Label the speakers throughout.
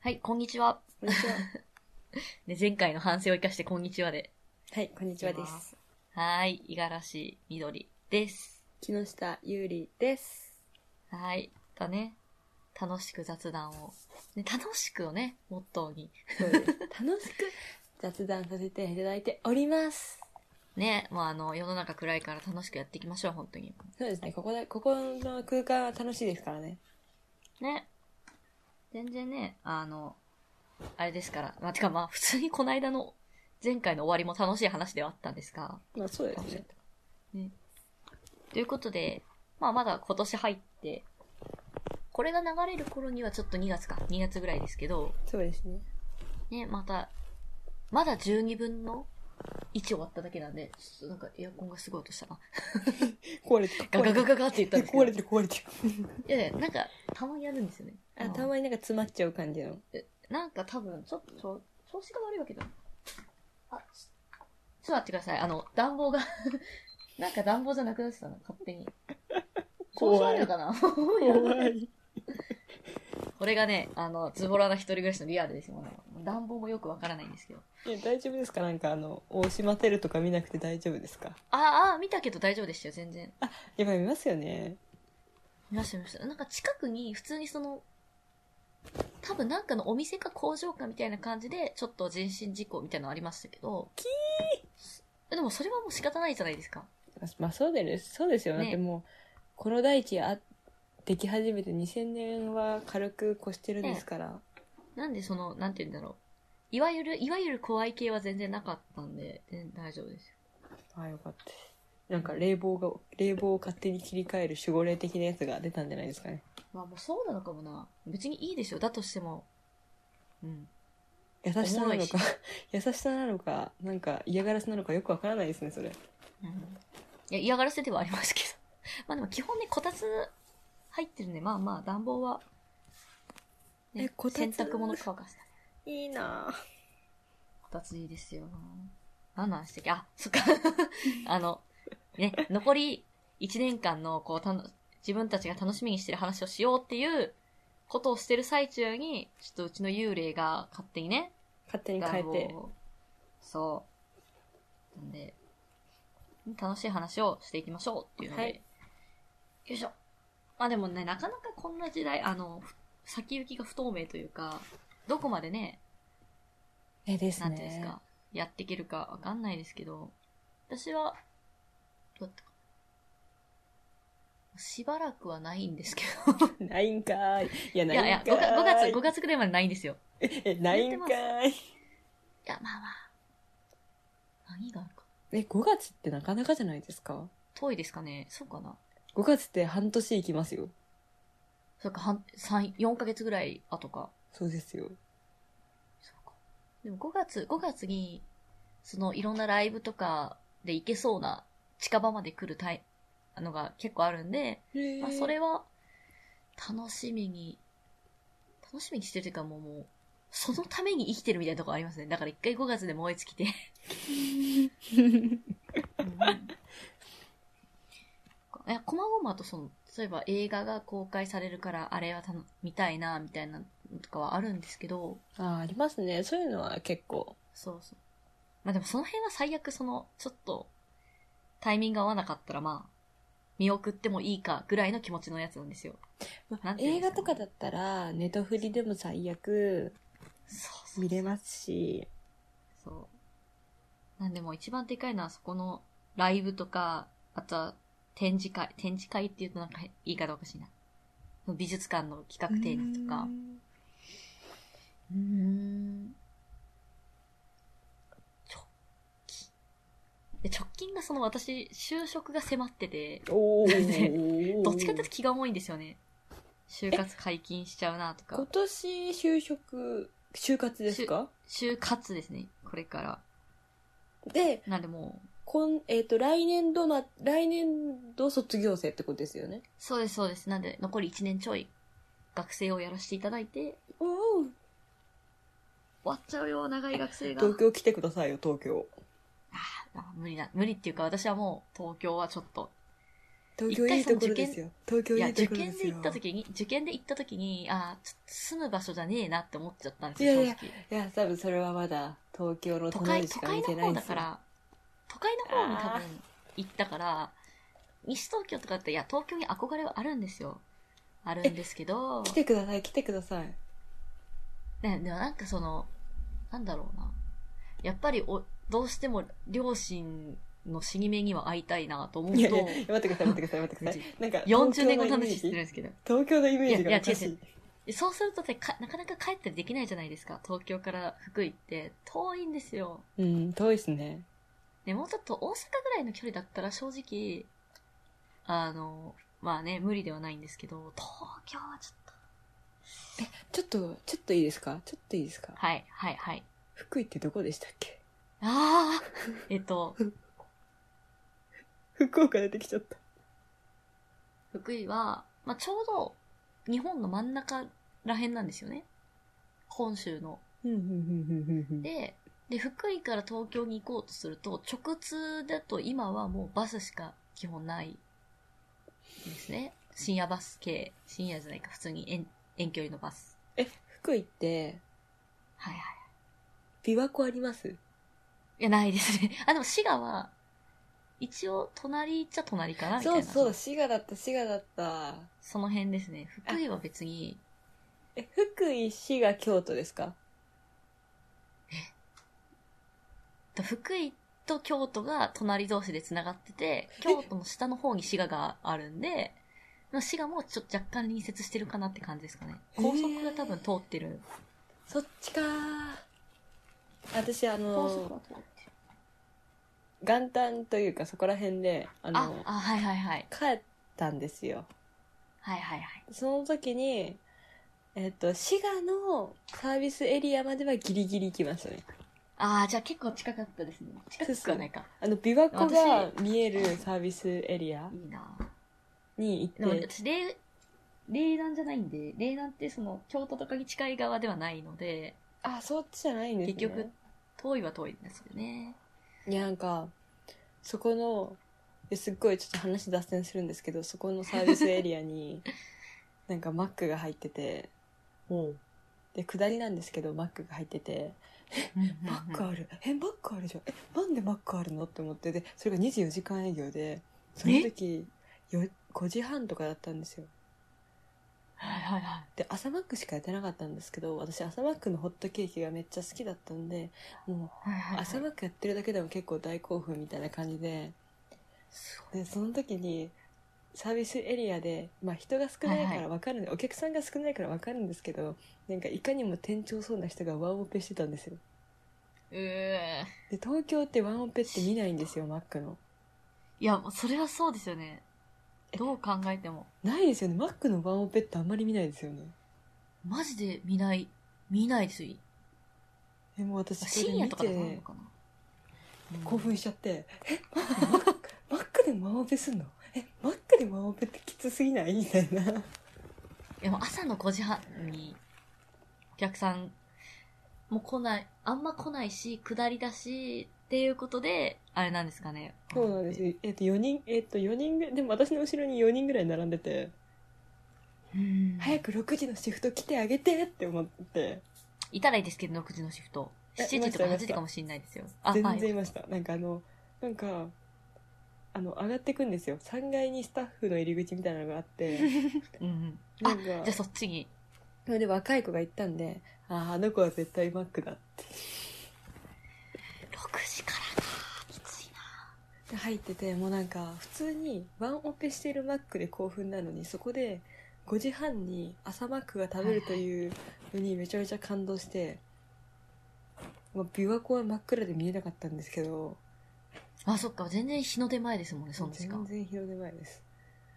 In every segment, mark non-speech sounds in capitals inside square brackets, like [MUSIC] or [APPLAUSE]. Speaker 1: はい、こんにちは。
Speaker 2: こんにちは。
Speaker 1: ね、前回の反省を生かしてこんにちはで。
Speaker 2: [LAUGHS] はい、こんにちはで。
Speaker 1: いますはーい、五十嵐みどりです。
Speaker 2: 木下ゆうりです。
Speaker 1: はーい、がね、楽しく雑談を。ね、楽しくをね、モットーに。
Speaker 2: そうです楽しく [LAUGHS] 雑談させていただいております。
Speaker 1: ね、もうあの、世の中暗いから楽しくやっていきましょう、本当に。
Speaker 2: そうですね、ここで、ここの空間は楽しいですからね。
Speaker 1: ね。全然ね、あの、あれですから。まあ、てかまあ、普通にこの間の、前回の終わりも楽しい話ではあったんですが。
Speaker 2: まあそうですね。
Speaker 1: ね。ということで、まあまだ今年入って、これが流れる頃にはちょっと2月か、2月ぐらいですけど、
Speaker 2: そうですね。
Speaker 1: ね、また、まだ12分の1終わっただけなんで、ちょっとなんかエアコンがすごい音したな。
Speaker 2: 壊れてる。
Speaker 1: ガガガガガって言ったんですけど。
Speaker 2: [LAUGHS] 壊れてる、壊れてる。
Speaker 1: いやいや、なんか、たまにやるんですよね。
Speaker 2: あ、たまになんか詰まっちゃう感じの。
Speaker 1: なんか多分、ちょっと、そう調子が悪いわけだ。あ、ちちょっと待ってください。あの、暖房が、 [LAUGHS] なんか暖房じゃなくなってたの、勝手に。調子
Speaker 2: [LAUGHS] 怖い
Speaker 1: 悪いのかな [LAUGHS]
Speaker 2: 怖い。
Speaker 1: これがね、あの、ズボラな一人暮らしのリアルですよ。暖房もよくわからないんですけど。
Speaker 2: いや、大丈夫ですかなんかあの、大島テルとか見なくて大丈夫ですか
Speaker 1: ああ、見たけど大丈夫でしたよ、全然。
Speaker 2: やっぱり見ますよね。
Speaker 1: 見ました、見ました。なんか近くに、普通にその、多分なんかのお店か工場かみたいな感じで、ちょっと人身事故みたいなのありましたけど。キーでもそれはもう仕方ないじゃないですか。
Speaker 2: まあそうです。そうですよ。
Speaker 1: ね
Speaker 2: だってもう、この大地あ、でき始めて2000年は軽く越してるんですから。
Speaker 1: なんでその、なんて言うんだろう。いわゆる、いわゆる怖い系は全然なかったんで、全然大丈夫ですよ。
Speaker 2: あよかったですなんか冷房が冷房を勝手に切り替える守護霊的なやつが出たんじゃないですかね
Speaker 1: まあもうそうなのかもな。別にいいでしょ。だとしても。うん。
Speaker 2: 優しさ
Speaker 1: おも
Speaker 2: な
Speaker 1: ろ
Speaker 2: の
Speaker 1: いし
Speaker 2: か [LAUGHS] 優しさなのかなんか嫌がらせなのかよくわからないですねそれ
Speaker 1: うんいや、嫌がらせではありますけど。 [LAUGHS] まあでも基本ね、こたつ入ってるんで、まあまあ暖房は、ね
Speaker 2: えこたつ
Speaker 1: 洗濯物乾かして。
Speaker 2: いいな
Speaker 1: こたついいですよ。何なんしてっけあ、そ
Speaker 2: [LAUGHS]
Speaker 1: っか。あの、ね、残り1年間の、こう、たの、自分たちが楽しみにしてる話をしようっていうことをしてる最中に、ちょっとうちの幽霊が勝手にね、
Speaker 2: 勝手に変えて
Speaker 1: をそうなんで楽しい話をしていきましょうっていうので、
Speaker 2: はい
Speaker 1: よいしょまあでもねなかなかこんな時代あのふ先行きが不透明というかどこまでね
Speaker 2: えです
Speaker 1: なんていうんです
Speaker 2: ね
Speaker 1: かやっていけるかわかんないですけど私はどうだったかなしばらくはないんですけど
Speaker 2: [LAUGHS] ないんかーいいや
Speaker 1: い
Speaker 2: な
Speaker 1: やい
Speaker 2: いん
Speaker 1: や
Speaker 2: か
Speaker 1: 5,
Speaker 2: ーい
Speaker 1: 月5月くらいまでないんですよ
Speaker 2: えないんかーい
Speaker 1: いやまあまあ何があるか
Speaker 2: え5月ってなかなかじゃないですか
Speaker 1: 遠いですかねそうかな
Speaker 2: 5月って半年いきますよ
Speaker 1: そっか、半、三、4ヶ月ぐらい後か。
Speaker 2: そうですよ
Speaker 1: そうか。でも5月、5月に、そのいろんなライブとかで行けそうな近場まで来るタイ、あのが結構あるんで、まあそれは、楽しみに、楽しみにしてるというかもうもう、そのために生きてるみたいなとこありますね。だから一回5月で燃え尽きて。 [LAUGHS] え、こまごまとその、例えば映画が公開されるから、あれはたの見たいな、みたいなのとかはあるんですけど、
Speaker 2: あーありますねそういうのは結構
Speaker 1: そうそう。まあでもその辺は最悪その、ちょっと、タイミングが合わなかったらまあ、見送ってもいいかぐらいの気持ちのやつなんですよ。
Speaker 2: ま
Speaker 1: な
Speaker 2: あ
Speaker 1: んていうん
Speaker 2: 映
Speaker 1: です
Speaker 2: 画
Speaker 1: か
Speaker 2: とかだったらネトフリでも最悪
Speaker 1: そうそう
Speaker 2: 見れますし
Speaker 1: そう。なんでもう一番でかいのはそこのライブとか、あとは展示会、展示会って言うとなんかへ言い方おかしいな。美術館の企画展示とか。うーん。直近。で直近がその私、就職が迫ってて、
Speaker 2: おお
Speaker 1: [LAUGHS] どっちかっていうと気が重いんですよね。就活解禁しちゃうなと
Speaker 2: [LAUGHS] 今
Speaker 1: か。
Speaker 2: 年就職就活ですか
Speaker 1: 就活ですね、これから。
Speaker 2: で
Speaker 1: なんでもう、
Speaker 2: こん、えっと来年度な来年度卒業生ってことですよね
Speaker 1: そうです、そうです。なんで、残り1年ちょい、学生をやらせていただいて、
Speaker 2: おお
Speaker 1: 終わっちゃうよ、長い学生が。
Speaker 2: 東京来てくださいよ東京
Speaker 1: あ無理だ、無理っていうか、私はもう、東京はちょっと、
Speaker 2: 東京いいところですよ。東京
Speaker 1: い
Speaker 2: い
Speaker 1: や、
Speaker 2: いと
Speaker 1: 受
Speaker 2: ころで
Speaker 1: 験
Speaker 2: す
Speaker 1: で
Speaker 2: よ
Speaker 1: 行っ。た時に、受験で行った時に、あーちょっと住む場所じゃねえなって思っちゃったんです
Speaker 2: いや
Speaker 1: よ、
Speaker 2: い
Speaker 1: 正直。
Speaker 2: いや、多分それはまだ東京の
Speaker 1: 都
Speaker 2: 都内
Speaker 1: 会、
Speaker 2: し
Speaker 1: 都
Speaker 2: か見
Speaker 1: 会
Speaker 2: て
Speaker 1: の
Speaker 2: ない
Speaker 1: 方
Speaker 2: ん
Speaker 1: だ
Speaker 2: です
Speaker 1: か
Speaker 2: よ。
Speaker 1: ら、都会の方に多
Speaker 2: あ
Speaker 1: 分行ったから、西東京とかって、いや、東京に憧れはあるんですよ。あるんですけど
Speaker 2: 来、てください、来てください。
Speaker 1: ね、でもなんかその、なんだろうな。やっぱりお、どうしても両親の死に目には会いたいなと思うと、
Speaker 2: いやいや、待ってください、待ってください、待ってください。なんか、
Speaker 1: 40年後の話してる
Speaker 2: 東京
Speaker 1: ん
Speaker 2: イメー
Speaker 1: で
Speaker 2: ジ
Speaker 1: すけど。
Speaker 2: 東京のイメージ
Speaker 1: いや
Speaker 2: が
Speaker 1: い
Speaker 2: お
Speaker 1: や
Speaker 2: かしい。
Speaker 1: でそうするとねか、なかなか帰ったりできないじゃないですか。東京から福井って。遠いんですよ。
Speaker 2: うん、遠いですね。
Speaker 1: ね、もうちょっと大阪ぐらいの距離だったら正直、あの、まあね、無理ではないんですけど、東京はちょっと。
Speaker 2: ちょっと、ちょっといいですかちょっといいですか
Speaker 1: はい、はい、はい。
Speaker 2: 福井ってどこでしたっけ
Speaker 1: ああえっと、
Speaker 2: 福岡出てきちゃった。
Speaker 1: 福井は、まあ、ちょうど日本の真ん中らへんなんですよね。本州の。
Speaker 2: うん、うん、うん、うん、うん。
Speaker 1: で、で、福井から東京に行こうとすると、直通だと今はもうバスしか基本ないですね。深夜バス系。深夜じゃないか、普通に遠遠距離のバス。
Speaker 2: 福井って、
Speaker 1: はいはい。
Speaker 2: 琵琶湖あります
Speaker 1: いや、ないですね。あ、でも滋賀は、一応、隣っちゃ隣かなみたいな。
Speaker 2: そうそう、滋賀だった、滋賀だった。
Speaker 1: その辺ですね。福井は別に、
Speaker 2: え、福井、滋賀、京都ですか
Speaker 1: と福井と京都が隣同士で繋がってて、京都の下の方に滋賀があるんで、まあ滋賀もちょっと若干隣接してるかなって感じですかね。高速が多分通ってる。
Speaker 2: そっちかー私、あ
Speaker 1: 高速
Speaker 2: の、
Speaker 1: が通ってる。
Speaker 2: 元旦というかそこら辺で、あ
Speaker 1: あ
Speaker 2: の、、
Speaker 1: あ、はいはいはい。
Speaker 2: 帰ったんですよ。
Speaker 1: はいはいはい。
Speaker 2: その時に、えっと、滋賀のサービスエリアまではギリギリ行きましたね。
Speaker 1: ああ、じゃあ結構近かったですね。近くはないか。
Speaker 2: あの、琵琶湖が見えるサービスエリア
Speaker 1: いいな
Speaker 2: に
Speaker 1: でも
Speaker 2: 行って、
Speaker 1: 私、霊、霊南じゃないんで、霊南ってその、京都とかに近い側ではないので、
Speaker 2: あ、そっちじゃないんですね。
Speaker 1: 結局遠いは遠いんですよね。
Speaker 2: いやなんかそこのですっごいちょっと話脱線するんですけどそこのサービスエリア
Speaker 1: [LAUGHS]
Speaker 2: になんかマックが入っててで下りなんですけどマックが入ってて「マックあるえマックあるじゃんえなんでマックあるの?」って思ってでそれが24時間営業でその時よ5時半とかだったんですよ
Speaker 1: はいはいはい。
Speaker 2: で朝マックしかやってなかったんですけど私朝マックのホットケーキがめっちゃ好きだったんでも
Speaker 1: はいはいうはい、
Speaker 2: 朝マックやってるだけでも結構大興奮みたいな感じですでその時にサービスエリアで、まあ、人が少ない
Speaker 1: は
Speaker 2: か
Speaker 1: いは
Speaker 2: ら分かるんで、お客さんが少ないから分かるんですけどなんかいかにも店長そうな人がワンオペしてたんですよ
Speaker 1: ごいう
Speaker 2: で東京ってワンオペって見ないんですよマックの
Speaker 1: ーいや、それはそうですよね。
Speaker 2: え
Speaker 1: どう考えても。
Speaker 2: ないですよねマックのワンオペってあんまり見ないですよね
Speaker 1: マジで見ない、見ないですよ。
Speaker 2: でもう私それ
Speaker 1: 深夜
Speaker 2: 見
Speaker 1: とかでもある
Speaker 2: て
Speaker 1: のかな。
Speaker 2: 興奮しちゃって「えマックマックマックでワンオペすんのえマックでワンオペってきつすぎない?」みた
Speaker 1: [LAUGHS]
Speaker 2: いな
Speaker 1: でも朝の5時半に、お客さん、もう来ない、あんま来ないし、下りだし、っていうことで、あれなんですかね。
Speaker 2: そうなんですよえっと4人えっと4人ぐでも私の後ろに4人ぐらい並んでて
Speaker 1: うん
Speaker 2: 早く6時のシフト来てあげてって思って
Speaker 1: いたらいいですけど、6時のシフト。
Speaker 2: え
Speaker 1: 7時とか
Speaker 2: い
Speaker 1: 8
Speaker 2: ましたいました
Speaker 1: 時かもしれないですよ。あ、
Speaker 2: 全
Speaker 1: はい
Speaker 2: 然いましたなんかあのなんかあの上がってくんですよ3階にスタッフの入り口みたいなのがあって
Speaker 1: [LAUGHS] うんうん。
Speaker 2: な
Speaker 1: あ
Speaker 2: ん、か
Speaker 1: じゃあそっちに。
Speaker 2: それで若い子が行ったんであああの子は絶対マックだって
Speaker 1: 6時からか。きついな。
Speaker 2: で入っててもうなんか普通にワンオペしてるマックで興奮なのにそこで5時半に朝マックが食べるというのにめちゃめちゃ感動して、まあ、琵琶湖は真っ暗で見えなかったんですけど
Speaker 1: あ、そっか。全然日の出前ですもんね、その時間
Speaker 2: 全。然広げないです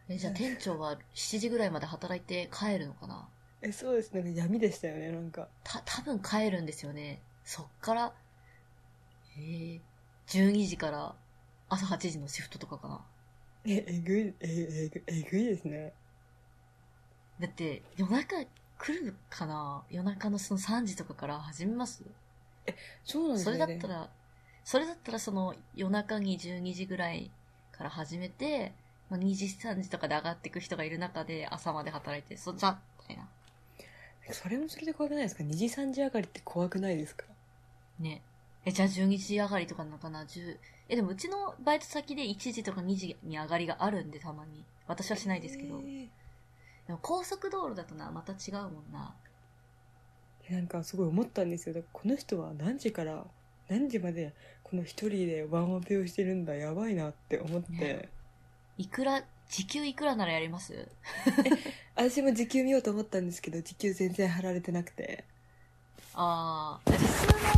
Speaker 1: え、じゃあ店長は7時ぐらいまで働いて帰るのかな
Speaker 2: えそうですなんか闇でしたよねなんか
Speaker 1: た、多分帰るんですよね。そっから、えー、12時から朝8時のシフトとかかな。
Speaker 2: ええぐいええぐえぐいですね
Speaker 1: だって、夜中来るかな夜中のその3時とかから始めます
Speaker 2: そうなんです
Speaker 1: そ
Speaker 2: よ
Speaker 1: れ
Speaker 2: ね
Speaker 1: だったら、それだったらその夜中に12時ぐらいから始めて、まあ、2時3時とかで上がってく人がいる中で朝まで働いてそじゃみたいな
Speaker 2: それもそれで怖くないですか ?2 時3時上がりって怖くないですか
Speaker 1: ねえじゃあ12時上がりとかなのかな10えでもうちのバイト先で1時とか2時に上がりがあるんでたまに私はしないですけど、
Speaker 2: えー
Speaker 1: でも高速道路だとなまた違うもんな
Speaker 2: なんかすごい思ったんですよだからこの人は何時から何時までこの一人でワンオペをしてるんだやばいなって思って、
Speaker 1: ねいくら時給いくらならやります
Speaker 2: 私も時給見ようと思ったんですけど時給全然貼られてなくて
Speaker 1: ああ、普通の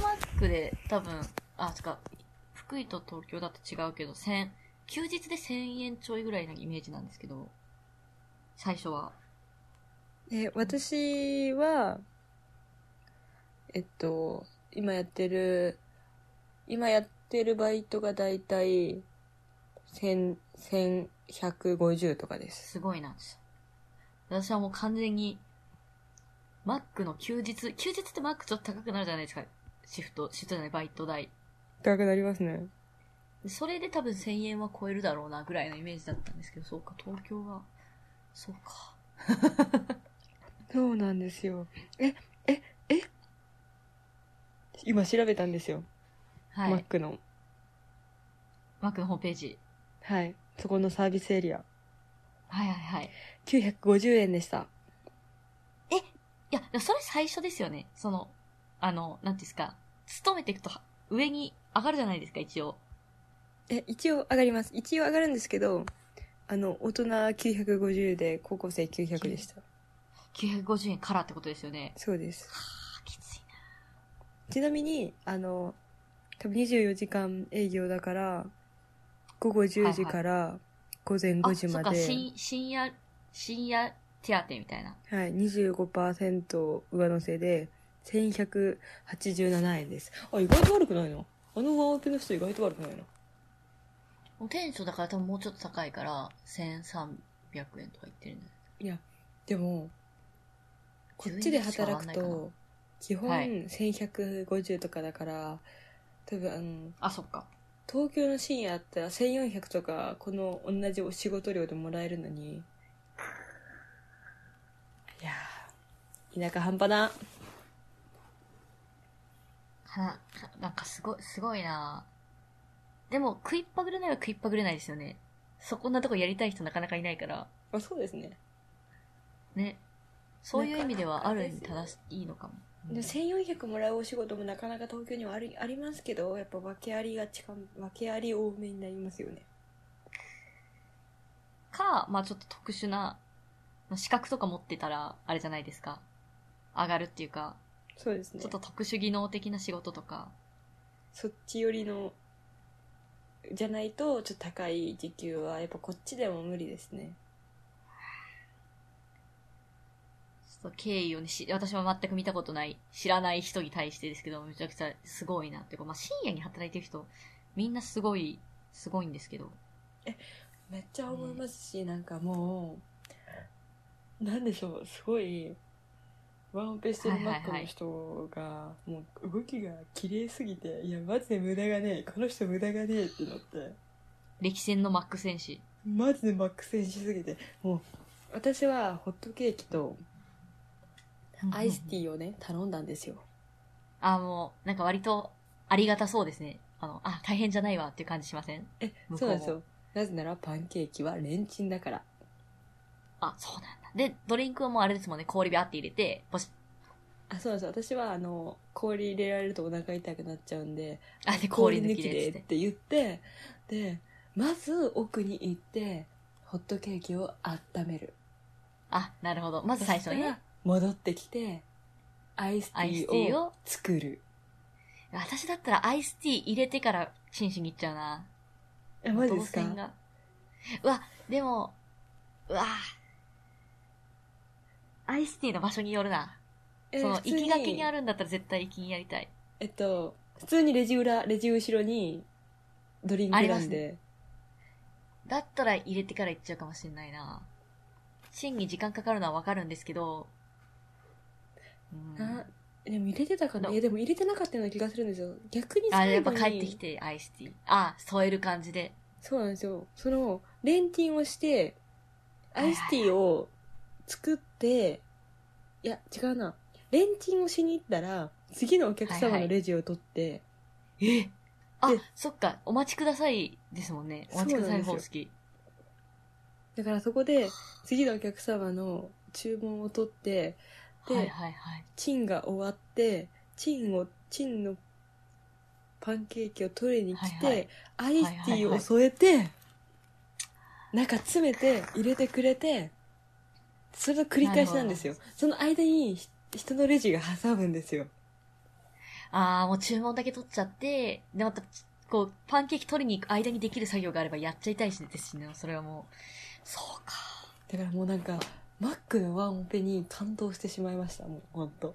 Speaker 1: マックで多分、あ、つか、福井と東京だと違うけど、千、休日で1000円ちょいぐらいのイメージなんですけど、最初は。
Speaker 2: で私はえっと今やってる今やってるバイトがだいたい1150とかです
Speaker 1: すごいな、私はもう完全に、マックの休日、休日ってマックちょっと高くなるじゃないですか。シフト、シフトじゃない、バイト代。
Speaker 2: 高くなりますね
Speaker 1: それで多分1000円は超えるだろうな、ぐらいのイメージだったんですけど、そうか、東京は、そうか。
Speaker 2: そうなんですよえええ今調べたんですよ
Speaker 1: はい。
Speaker 2: マックの
Speaker 1: マックのホームページ。
Speaker 2: はいそこのサービスエリア
Speaker 1: はいはいはい。
Speaker 2: 950円でした
Speaker 1: いや、でもそれ最初ですよね。その、あの、なんていうんですか、勤めていくとは上に上がるじゃないですか、一応。
Speaker 2: え一応上がります一応上がるんですけどあの大人950で高校生900でした
Speaker 1: 950円からってことですよね。
Speaker 2: そうです
Speaker 1: はあ、きついな。
Speaker 2: ちなみにあの多分24時間営業だから午後10時から午前5時まで、
Speaker 1: あ、そっか、深深夜、深夜手当みたいな。
Speaker 2: はい、25%上乗せで1187円ですあ意外と悪くないなあのワンオペの人意外と悪くないな
Speaker 1: もう店長だから多分もうちょっと高いから、1300円とか言ってるんだよ
Speaker 2: いやでもこっちで働く
Speaker 1: 12しか上がんないかな
Speaker 2: と基本
Speaker 1: はい
Speaker 2: 1150とかだから、多分あの
Speaker 1: あ、そっか。
Speaker 2: 東京の深夜あったら1400とかこの同じお仕事量でもらえるのにいやー田舎半端な
Speaker 1: はな、なんかすごい、すごいなでも、食いっぱぐれないは食いっぱぐれないですよね。そこんなとこやりたい人なかなかいないから。
Speaker 2: あそうですね
Speaker 1: ね。そういう意味ではある意味
Speaker 2: なかなか
Speaker 1: 正
Speaker 2: で
Speaker 1: しいいのかも。
Speaker 2: で1400もらうお仕事もなかなか東京にはありありますけどやっぱ訳ありが近訳あり多めになりますよね
Speaker 1: か、まあちょっと特殊な、まあ資格とか持ってたら、あれじゃないですか。上がるっていうか、
Speaker 2: そうですね
Speaker 1: ちょっと特殊技能的な仕事とか。
Speaker 2: そっち寄りのじゃないとちょっと高い時給はやっぱこっちでも無理ですね
Speaker 1: ちょっと経緯をね、し私は全く見たことない、知らない人に対してですけど、めちゃくちゃすごいなっていうか、まあ深夜に働いてる人、みんなすごい、すごいんですけど。
Speaker 2: めっちゃ思いますし、なんかもうなんでしょうすごいワンオペしてるマックの人がもう動きが綺麗すぎていやマジで無駄がねえこの人無駄がねえってなって
Speaker 1: 歴戦のマック戦士。
Speaker 2: マジでマック戦しすぎてもう私はホットケーキとアイステ
Speaker 1: ー。
Speaker 2: ィーをね頼んだんですよ
Speaker 1: あ、もう、なんか割と、ありがたそうですね。あの、あ、大変じゃないわっていう感じしません
Speaker 2: え
Speaker 1: 向こうも
Speaker 2: そうなんですよなぜならパンケーキはレンチンだから
Speaker 1: あ、そうなんだ。で、ドリンクはもうあれですもんね、氷ビャーって入れて、ポシ
Speaker 2: あそうなんですよ私はあの氷入れられるとお腹痛くなっちゃうんで
Speaker 1: あ、で、
Speaker 2: 氷
Speaker 1: 氷
Speaker 2: 抜
Speaker 1: 抜
Speaker 2: き
Speaker 1: き
Speaker 2: で
Speaker 1: でっつ
Speaker 2: っ
Speaker 1: って。
Speaker 2: て言ってでまず奥に行ってホットケーキを温める
Speaker 1: あ、なるほど。まず最初
Speaker 2: そした
Speaker 1: ね
Speaker 2: ら。戻ってきてアイステ
Speaker 1: アイ
Speaker 2: ィ
Speaker 1: スティ
Speaker 2: ー
Speaker 1: ー
Speaker 2: を
Speaker 1: を。
Speaker 2: 作る
Speaker 1: 私だったらアイスティー入れてからチンしに行っちゃうな。
Speaker 2: え
Speaker 1: 動線が。うわ、でも、うわアイスティーの場所によるな。
Speaker 2: え
Speaker 1: その、
Speaker 2: 普通
Speaker 1: 行きがけにあ
Speaker 2: る
Speaker 1: るんだったら絶対行きにやりたい。
Speaker 2: えっと普通にレジ裏レジ後ろにドリンク
Speaker 1: あり
Speaker 2: な
Speaker 1: ま
Speaker 2: ん
Speaker 1: す
Speaker 2: で、
Speaker 1: だったら入れてから行っちゃうかもしれないな。チンに時間かかるのはわかるんですけど、うん
Speaker 2: あでも入れてたかな
Speaker 1: どう
Speaker 2: いやでも入れてなかったような気がするんですよ逆に
Speaker 1: あ、
Speaker 2: 最
Speaker 1: やっ
Speaker 2: 後
Speaker 1: ぱ
Speaker 2: に
Speaker 1: 帰ってきて、アイスティー。あ、添える感じで。
Speaker 2: そうなんですよそのレンティンをしてアイスティーを作っていや違うなレンティンをしに行ったら次のお客様のレジを取って、
Speaker 1: えあ
Speaker 2: で、
Speaker 1: そっか、お待ちくださいですもんね。お待ちください方式。
Speaker 2: だからそこで次のお客様の注文を取って
Speaker 1: は
Speaker 2: すよ
Speaker 1: い
Speaker 2: で
Speaker 1: はいはい。
Speaker 2: チンが終わってチンをチンのパンケーキを取りに来て、
Speaker 1: はいはい
Speaker 2: アイスティーを添えて、中詰めて入れてくれてそれの繰り返しなんですよその間にひ人のレジが挟むんですよ
Speaker 1: ああ、もう注文だけ取っちゃって、で、また、こう、パンケーキ取りに行く間にできる作業があればやっちゃいたいしですしね、それはもう。そうか。
Speaker 2: だからもうなんかマックのワンオペに感動してしまいましたもう本当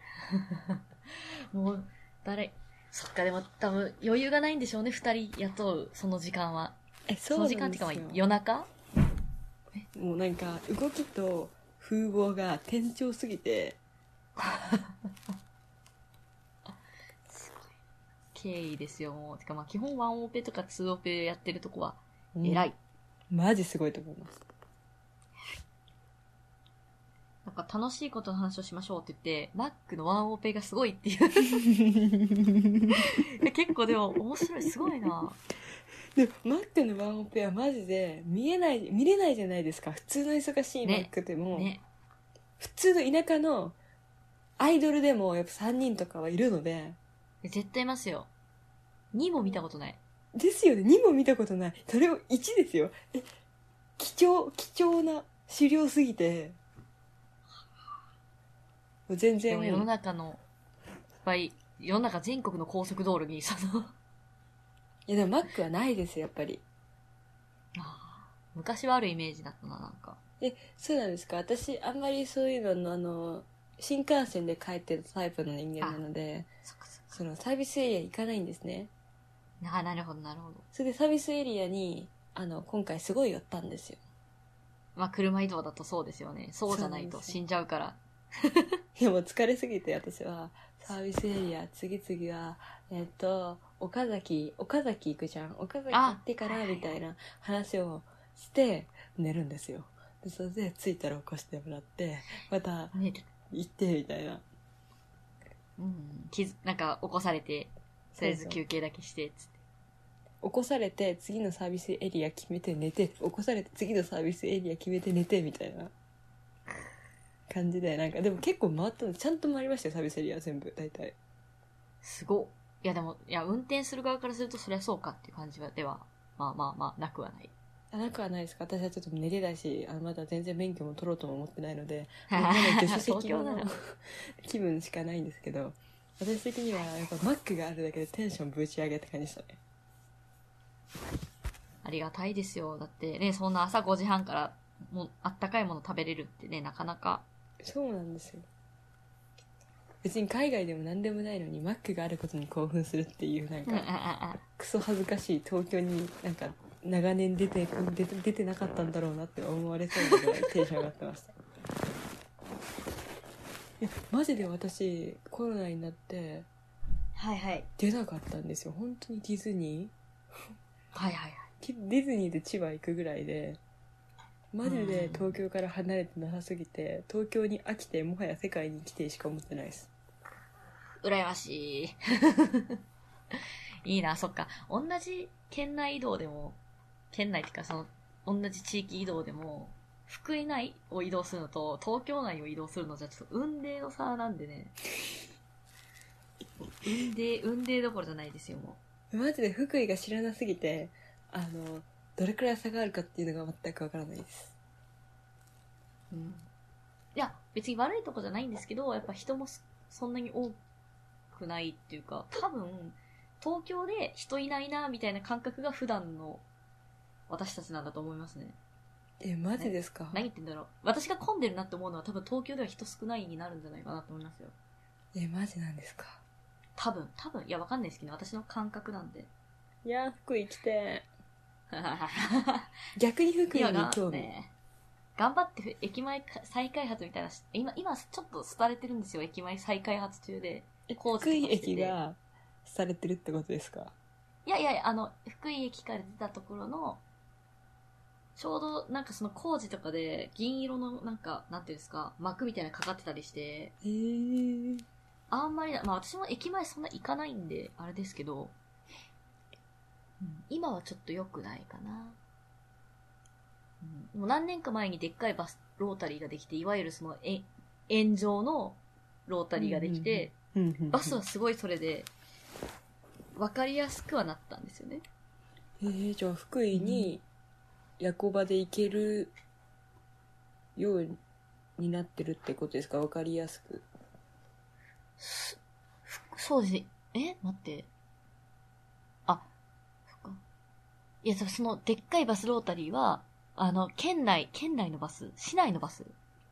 Speaker 1: もう、誰、そっか、でも多分余裕がないんでしょうね、二人雇う、その時間は。
Speaker 2: え
Speaker 1: その時間っていうか、まあ夜中
Speaker 2: もうなんか動きと風貌が天長すぎて
Speaker 1: 経緯ですよ、もう。てかまあ基本ワンオペとかツーオペやってるとこは偉
Speaker 2: い
Speaker 1: い。
Speaker 2: マジすごいと思います
Speaker 1: なんか楽しいことの話をしましょうって言って、マックのワンオペがすごいっていう。 [LAUGHS] 結構でも面白い、すごいな。
Speaker 2: でマックのワンオペはマジで見えない見れないじゃないですか普通の忙しいマ
Speaker 1: ね
Speaker 2: ックでも、
Speaker 1: ね。
Speaker 2: 普通の田舎のアイドルでもやっぱ3人とかはいるので
Speaker 1: 絶対いますよ。2も見たことない。
Speaker 2: ですよね2も見たことないそれを1ですよえ貴重貴重な資料すぎてもう全
Speaker 1: で
Speaker 2: 然
Speaker 1: も世の中の、いっぱい、世の中全国の高速道路に、その、 [LAUGHS]
Speaker 2: いやでもマックはないですよやっぱり
Speaker 1: あー昔はあるイメージだったな、なんか。
Speaker 2: そうなんですか私あんまりそういうののあの新幹線で帰ってるタイプの人間なので
Speaker 1: そっかそっか
Speaker 2: そのサービスエリア行かないんですね
Speaker 1: なあ、なるほど、なるほど。
Speaker 2: それでサービスエリアにあの今回すごい寄ったんですよ
Speaker 1: まあ、車移動だとそうですよね。そうじゃない
Speaker 2: そうなん
Speaker 1: と
Speaker 2: ですよ
Speaker 1: 死んじゃうから。
Speaker 2: いやもう疲れすぎて私はサービスエリア次々はえっと岡崎岡崎行くじゃん岡崎
Speaker 1: あ
Speaker 2: 行ってか
Speaker 1: はいは
Speaker 2: ら
Speaker 1: いはい
Speaker 2: みたいな話をして寝るんですよでそれで着いたら起こしてもらってまた
Speaker 1: ね、
Speaker 2: 行ってみたいな
Speaker 1: うん。気づなんか、起こされて、とりあえず休憩だけして、つって。
Speaker 2: 起こされて次のサービスエリア決めて寝て起こされて次のサービスエリア決めて寝てみたいな感じでなんかでも結構回ったのちゃんと回りましたよサービスエリア全部大体
Speaker 1: すごっ。いや、でも、いや、運転する側からすると、そりゃそうかっていう感じは、では、まあまあまあ、なくは [LAUGHS] ない。
Speaker 2: あなくはないですか私はちょっと寝れないしあのまだ全然免許も取ろうとも思ってないのでもうまだ助手
Speaker 1: 東 [LAUGHS]
Speaker 2: 席
Speaker 1: 京な
Speaker 2: の
Speaker 1: ら。
Speaker 2: [LAUGHS] 気分しかないんですけど私的にはやっぱマックがあるだけでテンションぶち上げって感じでしたね
Speaker 1: ありがたいですよ。だってね、そんな朝5時半から、もう、あったかいもの食べれるってね、なかなか。
Speaker 2: そうなんですよ別に海外でも何でもないのにマックがあることに興奮するっていうなん
Speaker 1: うんうんうん
Speaker 2: かクソ恥ずかしい東京になんか長年出て出て出てなかったんだろうなって思われそうなぐらいテンション上がってましたいやマジで私コロナになって
Speaker 1: はいはい。
Speaker 2: 出なかったんですよ本当にディズニ
Speaker 1: はいはいはい。
Speaker 2: ーきディズニーで千葉行くぐらいでマジで東京から離れてなさすぎて東京に飽きてもはや世界に来てしか思ってないです
Speaker 1: 羨ましい。 [LAUGHS] いいな、そっか。同じ県内移動でも、県内っていうかその、同じ地域移動でも、福井内を移動するのと、東京内を移動するのじゃ、ちょっと運命の差なんでね。運命、運命どころじゃないですよ、も
Speaker 2: マジで福井が知らなすぎてあのどれくらい差があるかっていうのが全くわからないです
Speaker 1: う。うん。いや、別に悪いとこじゃないんですけど、やっぱ人もすそんなに多くないっていうか、多分、東京で人いないな、みたいな感覚が普段の私たちなんだと思いますね。
Speaker 2: えマジですか、
Speaker 1: 何言ってんだろう私が混んでるなって思うのは多分東京では人少ないになるんじゃないかなと思いますよ
Speaker 2: えマジなんですか
Speaker 1: 多分多分いやわかんないですけど私の感覚なん
Speaker 2: [LAUGHS]
Speaker 1: で
Speaker 2: いやー福井来て逆に福井
Speaker 1: 今
Speaker 2: に
Speaker 1: が
Speaker 2: 興味、
Speaker 1: ね頑張って駅前か再開発みたいなし今今ちょっと廃れてるんですよ駅前再開発中で
Speaker 2: え
Speaker 1: 工事とか
Speaker 2: 福
Speaker 1: して
Speaker 2: 井
Speaker 1: て
Speaker 2: 駅がされてるってことですか
Speaker 1: いやいやあの福井駅から出たところのちょうどなんかその工事とかで銀色のなんか、なんていうんですか、幕みたいなのかかってたりして、
Speaker 2: えー、
Speaker 1: あんまりな、まあ私も駅前そんな行かないんで、あれですけど、うん今はちょっと良くないかな。うん、もう何年か前にでっかいバス、ロータリーができて、いわゆるその、え、円状のロータリーができて、
Speaker 2: うんうんうん
Speaker 1: バスはすごいそれで、わかりやすくはなったんですよね。
Speaker 2: えー、じゃあ福井に夜行場で行けるようになってるってことですかわかりやすく
Speaker 1: すふそうですね。え待って。あ、そっか。いや、そその、でっかいバスロータリーは、あの、県内、県内のバス、市内のバス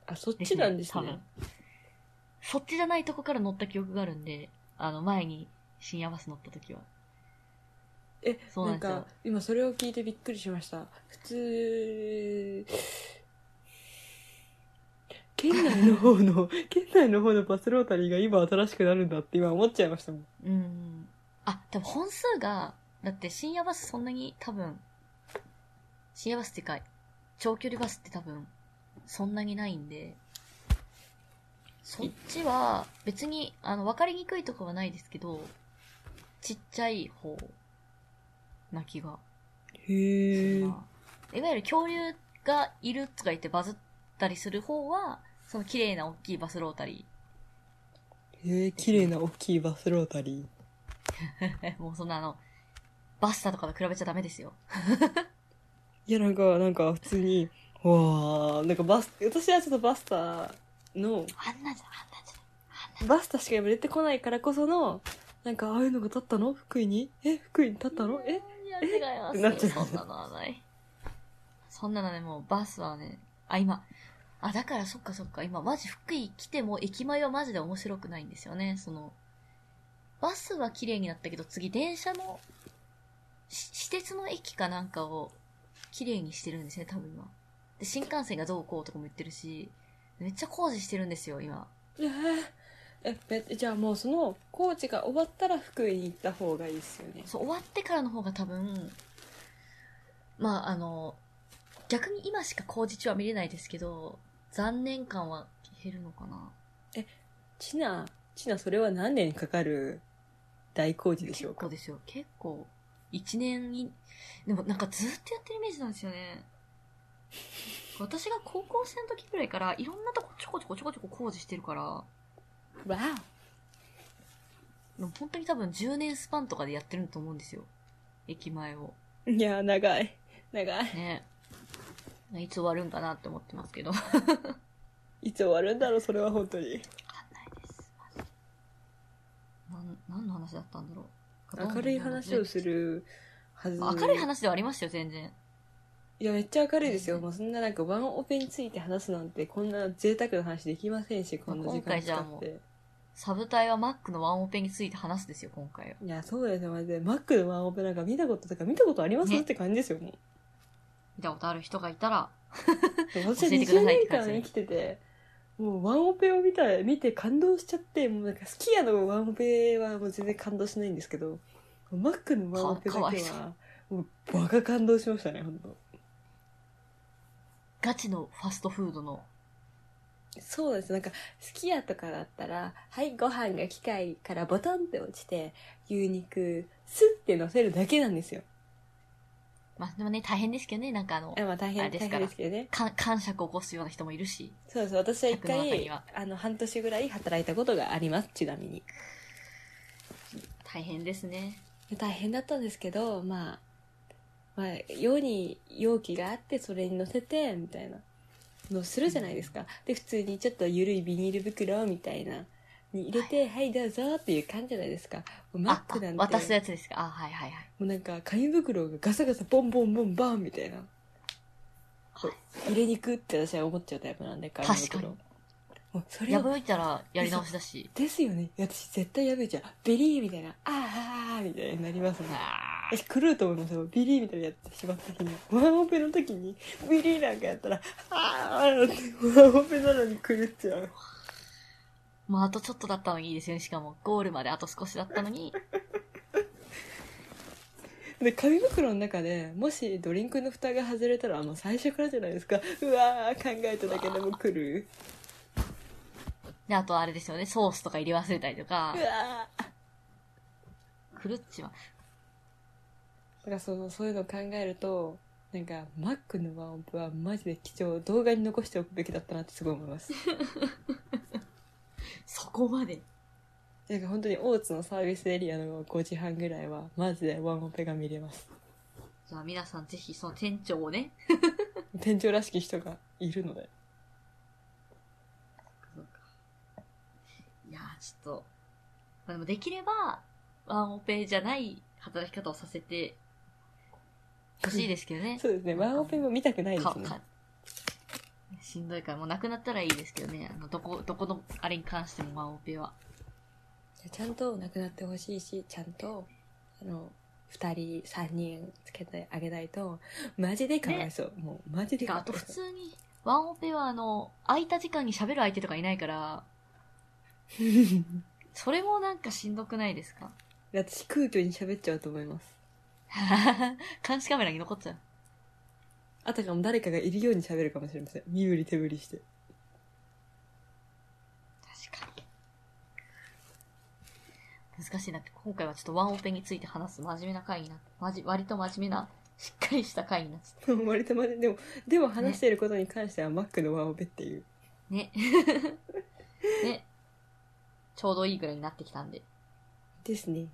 Speaker 2: あそっ
Speaker 1: で
Speaker 2: ち
Speaker 1: すね。
Speaker 2: なんです
Speaker 1: 多
Speaker 2: ね
Speaker 1: 分。そっちじゃないとこから乗った記憶があるんで、あの、前に深夜バス乗った時は。
Speaker 2: え
Speaker 1: そうな
Speaker 2: な
Speaker 1: んんですよ
Speaker 2: か今それを聞いてびっくりしました普通県内の方の [LAUGHS] 県内の方のバスロータリーが今新しくなるんだって今思っちゃいましたもん
Speaker 1: うん。あ、でも本数が、だって深夜バスそんなに多分、深夜バスっていうか、長距離バスって多分、そんなにないんで、そっちは別に、あの、分かりにくいとこはないですけど、ちっちゃい方な気がす
Speaker 2: へ
Speaker 1: るな。いわゆる恐竜がいるとか言ってバズったりする方は、その綺麗な大きいバスロータリ
Speaker 2: えー、綺麗な大きいバスロータリ
Speaker 1: ー。 [LAUGHS] もうそんなあの、バスタとかと比べちゃダメですよ。
Speaker 2: ーいやなんかなんか普通にわあなんかバス私はちょっとバスターの
Speaker 1: あんなんじゃ、あんなんじゃ
Speaker 2: バスタしか今出てこないからこそのなんかああいうのが立ったの福井にえ福井に立ったのえ
Speaker 1: いや、違います
Speaker 2: えなっちゃ
Speaker 1: そ
Speaker 2: う
Speaker 1: んなのはない。そんなのね、もうバスはね、あ、今、あ、だからそっかそっか、今、マジ福井来ても駅前はマジで面白くないんですよね、その、バスは綺麗になったけど、次電車の、し私鉄の駅かなんかを綺麗にしてるんですね、多分今。で、新幹線がどうこうとかも言ってるし、めっちゃ工事してるんですよ、今。
Speaker 2: えーえべじゃあもうその工事が終わったら福井に行った方がいいですよね
Speaker 1: そう、終わってからの方が多分、まあ、あの、逆に今しか工事中は見れないですけど、残念感は減るのかな。
Speaker 2: ちなちなそれは何年かかる大工事でしょ
Speaker 1: 結
Speaker 2: うか
Speaker 1: 構ですよ。結構、一年に、でもなんかずっとやってるイメージなんですよね。私が高校生の時ぐらいから、いろんなとこちょこちょこちょこちょこ工事してるから、
Speaker 2: わ
Speaker 1: でも本当に多分10年スパンとかでやってると思うんですよ。駅前を。
Speaker 2: おいやー長い長い
Speaker 1: ね。いつ終わるんかなって思ってますけど。
Speaker 2: いつ終わるんだろうそれは本当に
Speaker 1: わかんないです。なん、何の話だったんだろう。
Speaker 2: 明るい話をするはず
Speaker 1: 明るい話ではありましたよ、全然。
Speaker 2: いやめっちゃ明るいですよ、もうそんななんかワンオペについて話すなんてこんな贅沢な話できませんしこんな時
Speaker 1: 今
Speaker 2: 間
Speaker 1: 回じ
Speaker 2: 使
Speaker 1: ゃあも
Speaker 2: っ
Speaker 1: う
Speaker 2: て
Speaker 1: サブ隊はマックのワンオペについて話すですよ、今回は。
Speaker 2: いやそうですよマジでマックのワンオペなんか見たこととか見たことあります、
Speaker 1: ね
Speaker 2: って感じですよもう
Speaker 1: 見たことある人がいたら、
Speaker 2: 私は
Speaker 1: 教えてくだ
Speaker 2: 20
Speaker 1: さいっ
Speaker 2: 年
Speaker 1: て感
Speaker 2: 間
Speaker 1: じね
Speaker 2: 生きててもうワンオペを見た見て感動しちゃってもうなんかスキヤのワンオペはもう全然感動しないんですけどマックのワンオペだ
Speaker 1: かかわ
Speaker 2: け
Speaker 1: いそ
Speaker 2: はもうバカ感動しましたねほんと
Speaker 1: ガチのファストフードの、
Speaker 2: そうですなんかスキヤとかだったらはいご飯が機械からボトンって落ちて牛肉スッて乗せるだけなんですよ
Speaker 1: まあでもね、大変ですけどね、なんかあの
Speaker 2: あ、まあ大
Speaker 1: あ
Speaker 2: 変
Speaker 1: れで
Speaker 2: 大
Speaker 1: すか
Speaker 2: 変
Speaker 1: ら
Speaker 2: ですけどね
Speaker 1: か感触を起こすような人もいるし。
Speaker 2: そうです私は一
Speaker 1: 客の中に
Speaker 2: 回
Speaker 1: は
Speaker 2: あの半年ぐらい働いたことがありますちなみに
Speaker 1: 大変ですね。
Speaker 2: 大変だったんですけど、まあ、まあ、世に容器があってそれに乗せてみたいなのをするじゃないですか、で普通にちょっと緩いビニール袋みたいなに入れて「はい、どうぞ」っていう感じじゃないですかもうマッ
Speaker 1: あ、あ
Speaker 2: クなんて
Speaker 1: 渡すやつですか。あ、はいはいはい。
Speaker 2: もうなんか紙袋がガサガサボンボンボンバンみたいな、
Speaker 1: はい
Speaker 2: 入れにくって私は思っちゃうタイプなんで紙
Speaker 1: 確かに
Speaker 2: 袋もうそれを
Speaker 1: 破いたらやり直しだし。
Speaker 2: ですよねいや私絶対やめちゃうベリーみたいな「あーあー」みたいになりますね
Speaker 1: あー
Speaker 2: 私狂うと思いますよビリーみたいなやってしまった時にワンオペの時にビリーなんかやったらあーってワンオペなのに狂っちゃう
Speaker 1: まあ、あとちょっとだったのにいいですよね。しかも、ゴールまであと少しだったのに、
Speaker 2: で紙袋の中でもしドリンクの蓋が外れたらもう最初からじゃないですかうわー考えただけでも来る
Speaker 1: で、あとあれですよね、ソースとか入れ忘れたりとか
Speaker 2: う、わー
Speaker 1: 狂っちまう。
Speaker 2: なんかそのそういうのを考えるとなんかマックのワンオペはマジで貴重動画に残しておくべきだったなってすごい思います
Speaker 1: そこまで。
Speaker 2: なんか本当に大津のサービスエリアの5時半ぐらいはマジでワンオペが見れます
Speaker 1: じゃあ皆さんぜひその店長をね、
Speaker 2: 店長らしき人がいるので
Speaker 1: いやーちょっと、まあ、でもできれば、ワンオペじゃない働き方をさせてほしいですけどね。
Speaker 2: そうですねワンオペも見たくないです
Speaker 1: か
Speaker 2: ね
Speaker 1: かしんどいから、もうなくなったらいいですけどね。あの、どこ、どこの、あれに関してもワンオペは。
Speaker 2: ちゃんとなくなってほしいしちゃんとあの2人3人つけてあげないとマジでかわいそう、もうマジで
Speaker 1: て
Speaker 2: か
Speaker 1: か、あ
Speaker 2: わ
Speaker 1: と
Speaker 2: い
Speaker 1: 普
Speaker 2: そう
Speaker 1: 通に、ワンオペはあの、空いた時間に喋る相手とかいない
Speaker 2: [LAUGHS]
Speaker 1: から、それもなんかしんどくないですか
Speaker 2: 私空虚に喋っちゃうと思います
Speaker 1: [LAUGHS] 監視カメラに残っちゃう。
Speaker 2: あたかも誰かがいるように喋るかもしれません身振り手振りして
Speaker 1: 確かに。難しいな。今回はちょっとワンオペについて話す真面目な回になって、まじ割と真面目な、しっかりした回になっちゃっ
Speaker 2: 割とまででもでも話していることに関してはマックのワンオペっていう
Speaker 1: た。ね。 [LAUGHS] ね。ちょうどいいぐらいになってきたんで。
Speaker 2: ですね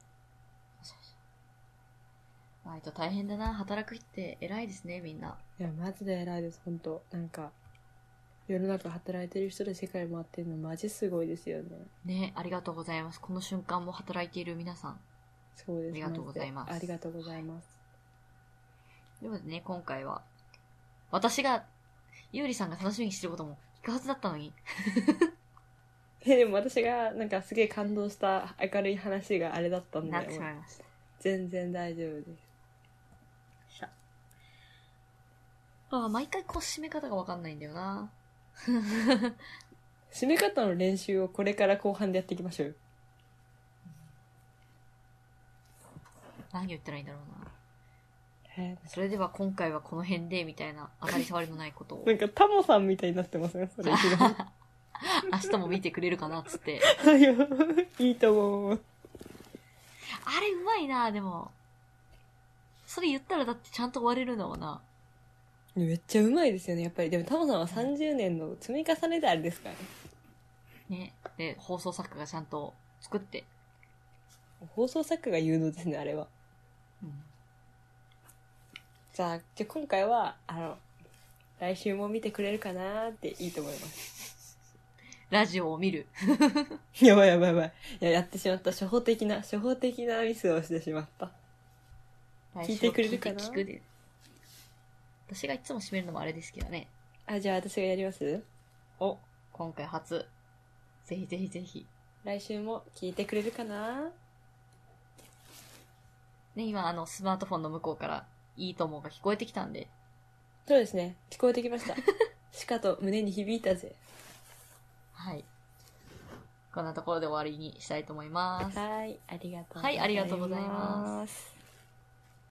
Speaker 1: 割と大変だな。働く人って偉いですね、みんな。
Speaker 2: いやマジで偉いです本当なんか世の中働いてる人で世界回ってるのマジすごいですよね
Speaker 1: ね、ありがとうございます。この瞬間も働いている皆さん。
Speaker 2: そうです
Speaker 1: ありがとうございます
Speaker 2: マジでありがとうございます
Speaker 1: ということでね、今回は、私が、ゆうりさんが楽しみにしてることも聞くはずだったのに、
Speaker 2: えでも私がなんかすげえ感動した明るい話があれだったんで
Speaker 1: なってし
Speaker 2: も
Speaker 1: ま
Speaker 2: う
Speaker 1: いました。
Speaker 2: 全然大丈夫です
Speaker 1: ああ、毎回こう締め方がわかんないんだよな。
Speaker 2: 締め方の練習をこれから後半でやっていきましょう
Speaker 1: 何を言ったらいいんだろうな。
Speaker 2: え
Speaker 1: それでは今回はこの辺で、みたいな、当たり障りのないことを
Speaker 2: ーな、んかタモさんみたいになってますね [LAUGHS] それ一番
Speaker 1: 明日も見てくれるかな、つって。
Speaker 2: はいよいいと思う
Speaker 1: あれうまいな、でも。それ言ったらだってちゃんと終われるんだもんな。
Speaker 2: めっちゃうまいですよねやっぱりでもタモさんは30年の積み重ねであれですからね
Speaker 1: ね。で、放送作家がちゃんと作って。
Speaker 2: 放送作家が有能ですねあれは
Speaker 1: うん
Speaker 2: じゃあじゃあ今回はあの来週も見てくれるかなーっていいと思います
Speaker 1: ラジオを見る。
Speaker 2: [LAUGHS] やばいやばいやばいいややってしまった初歩的な初歩的なミスをしてしまった聞いてくれるかな
Speaker 1: 来週聞いて聞くで私がいつも締めるのもあれですけどね。
Speaker 2: あじゃあ私がやります
Speaker 1: お、今回初。ぜひぜひぜひ。
Speaker 2: 来週も聞いてくれるかな
Speaker 1: ね、今あの、スマートフォンの向こうから、いいと思うが聞こえてきたんで。
Speaker 2: そうですね聞こえてきま [LAUGHS] したしかと胸に響いたぜ
Speaker 1: はい。こんなところで終わりにしたいと思います。
Speaker 2: はいありがとう
Speaker 1: はいありがとうございます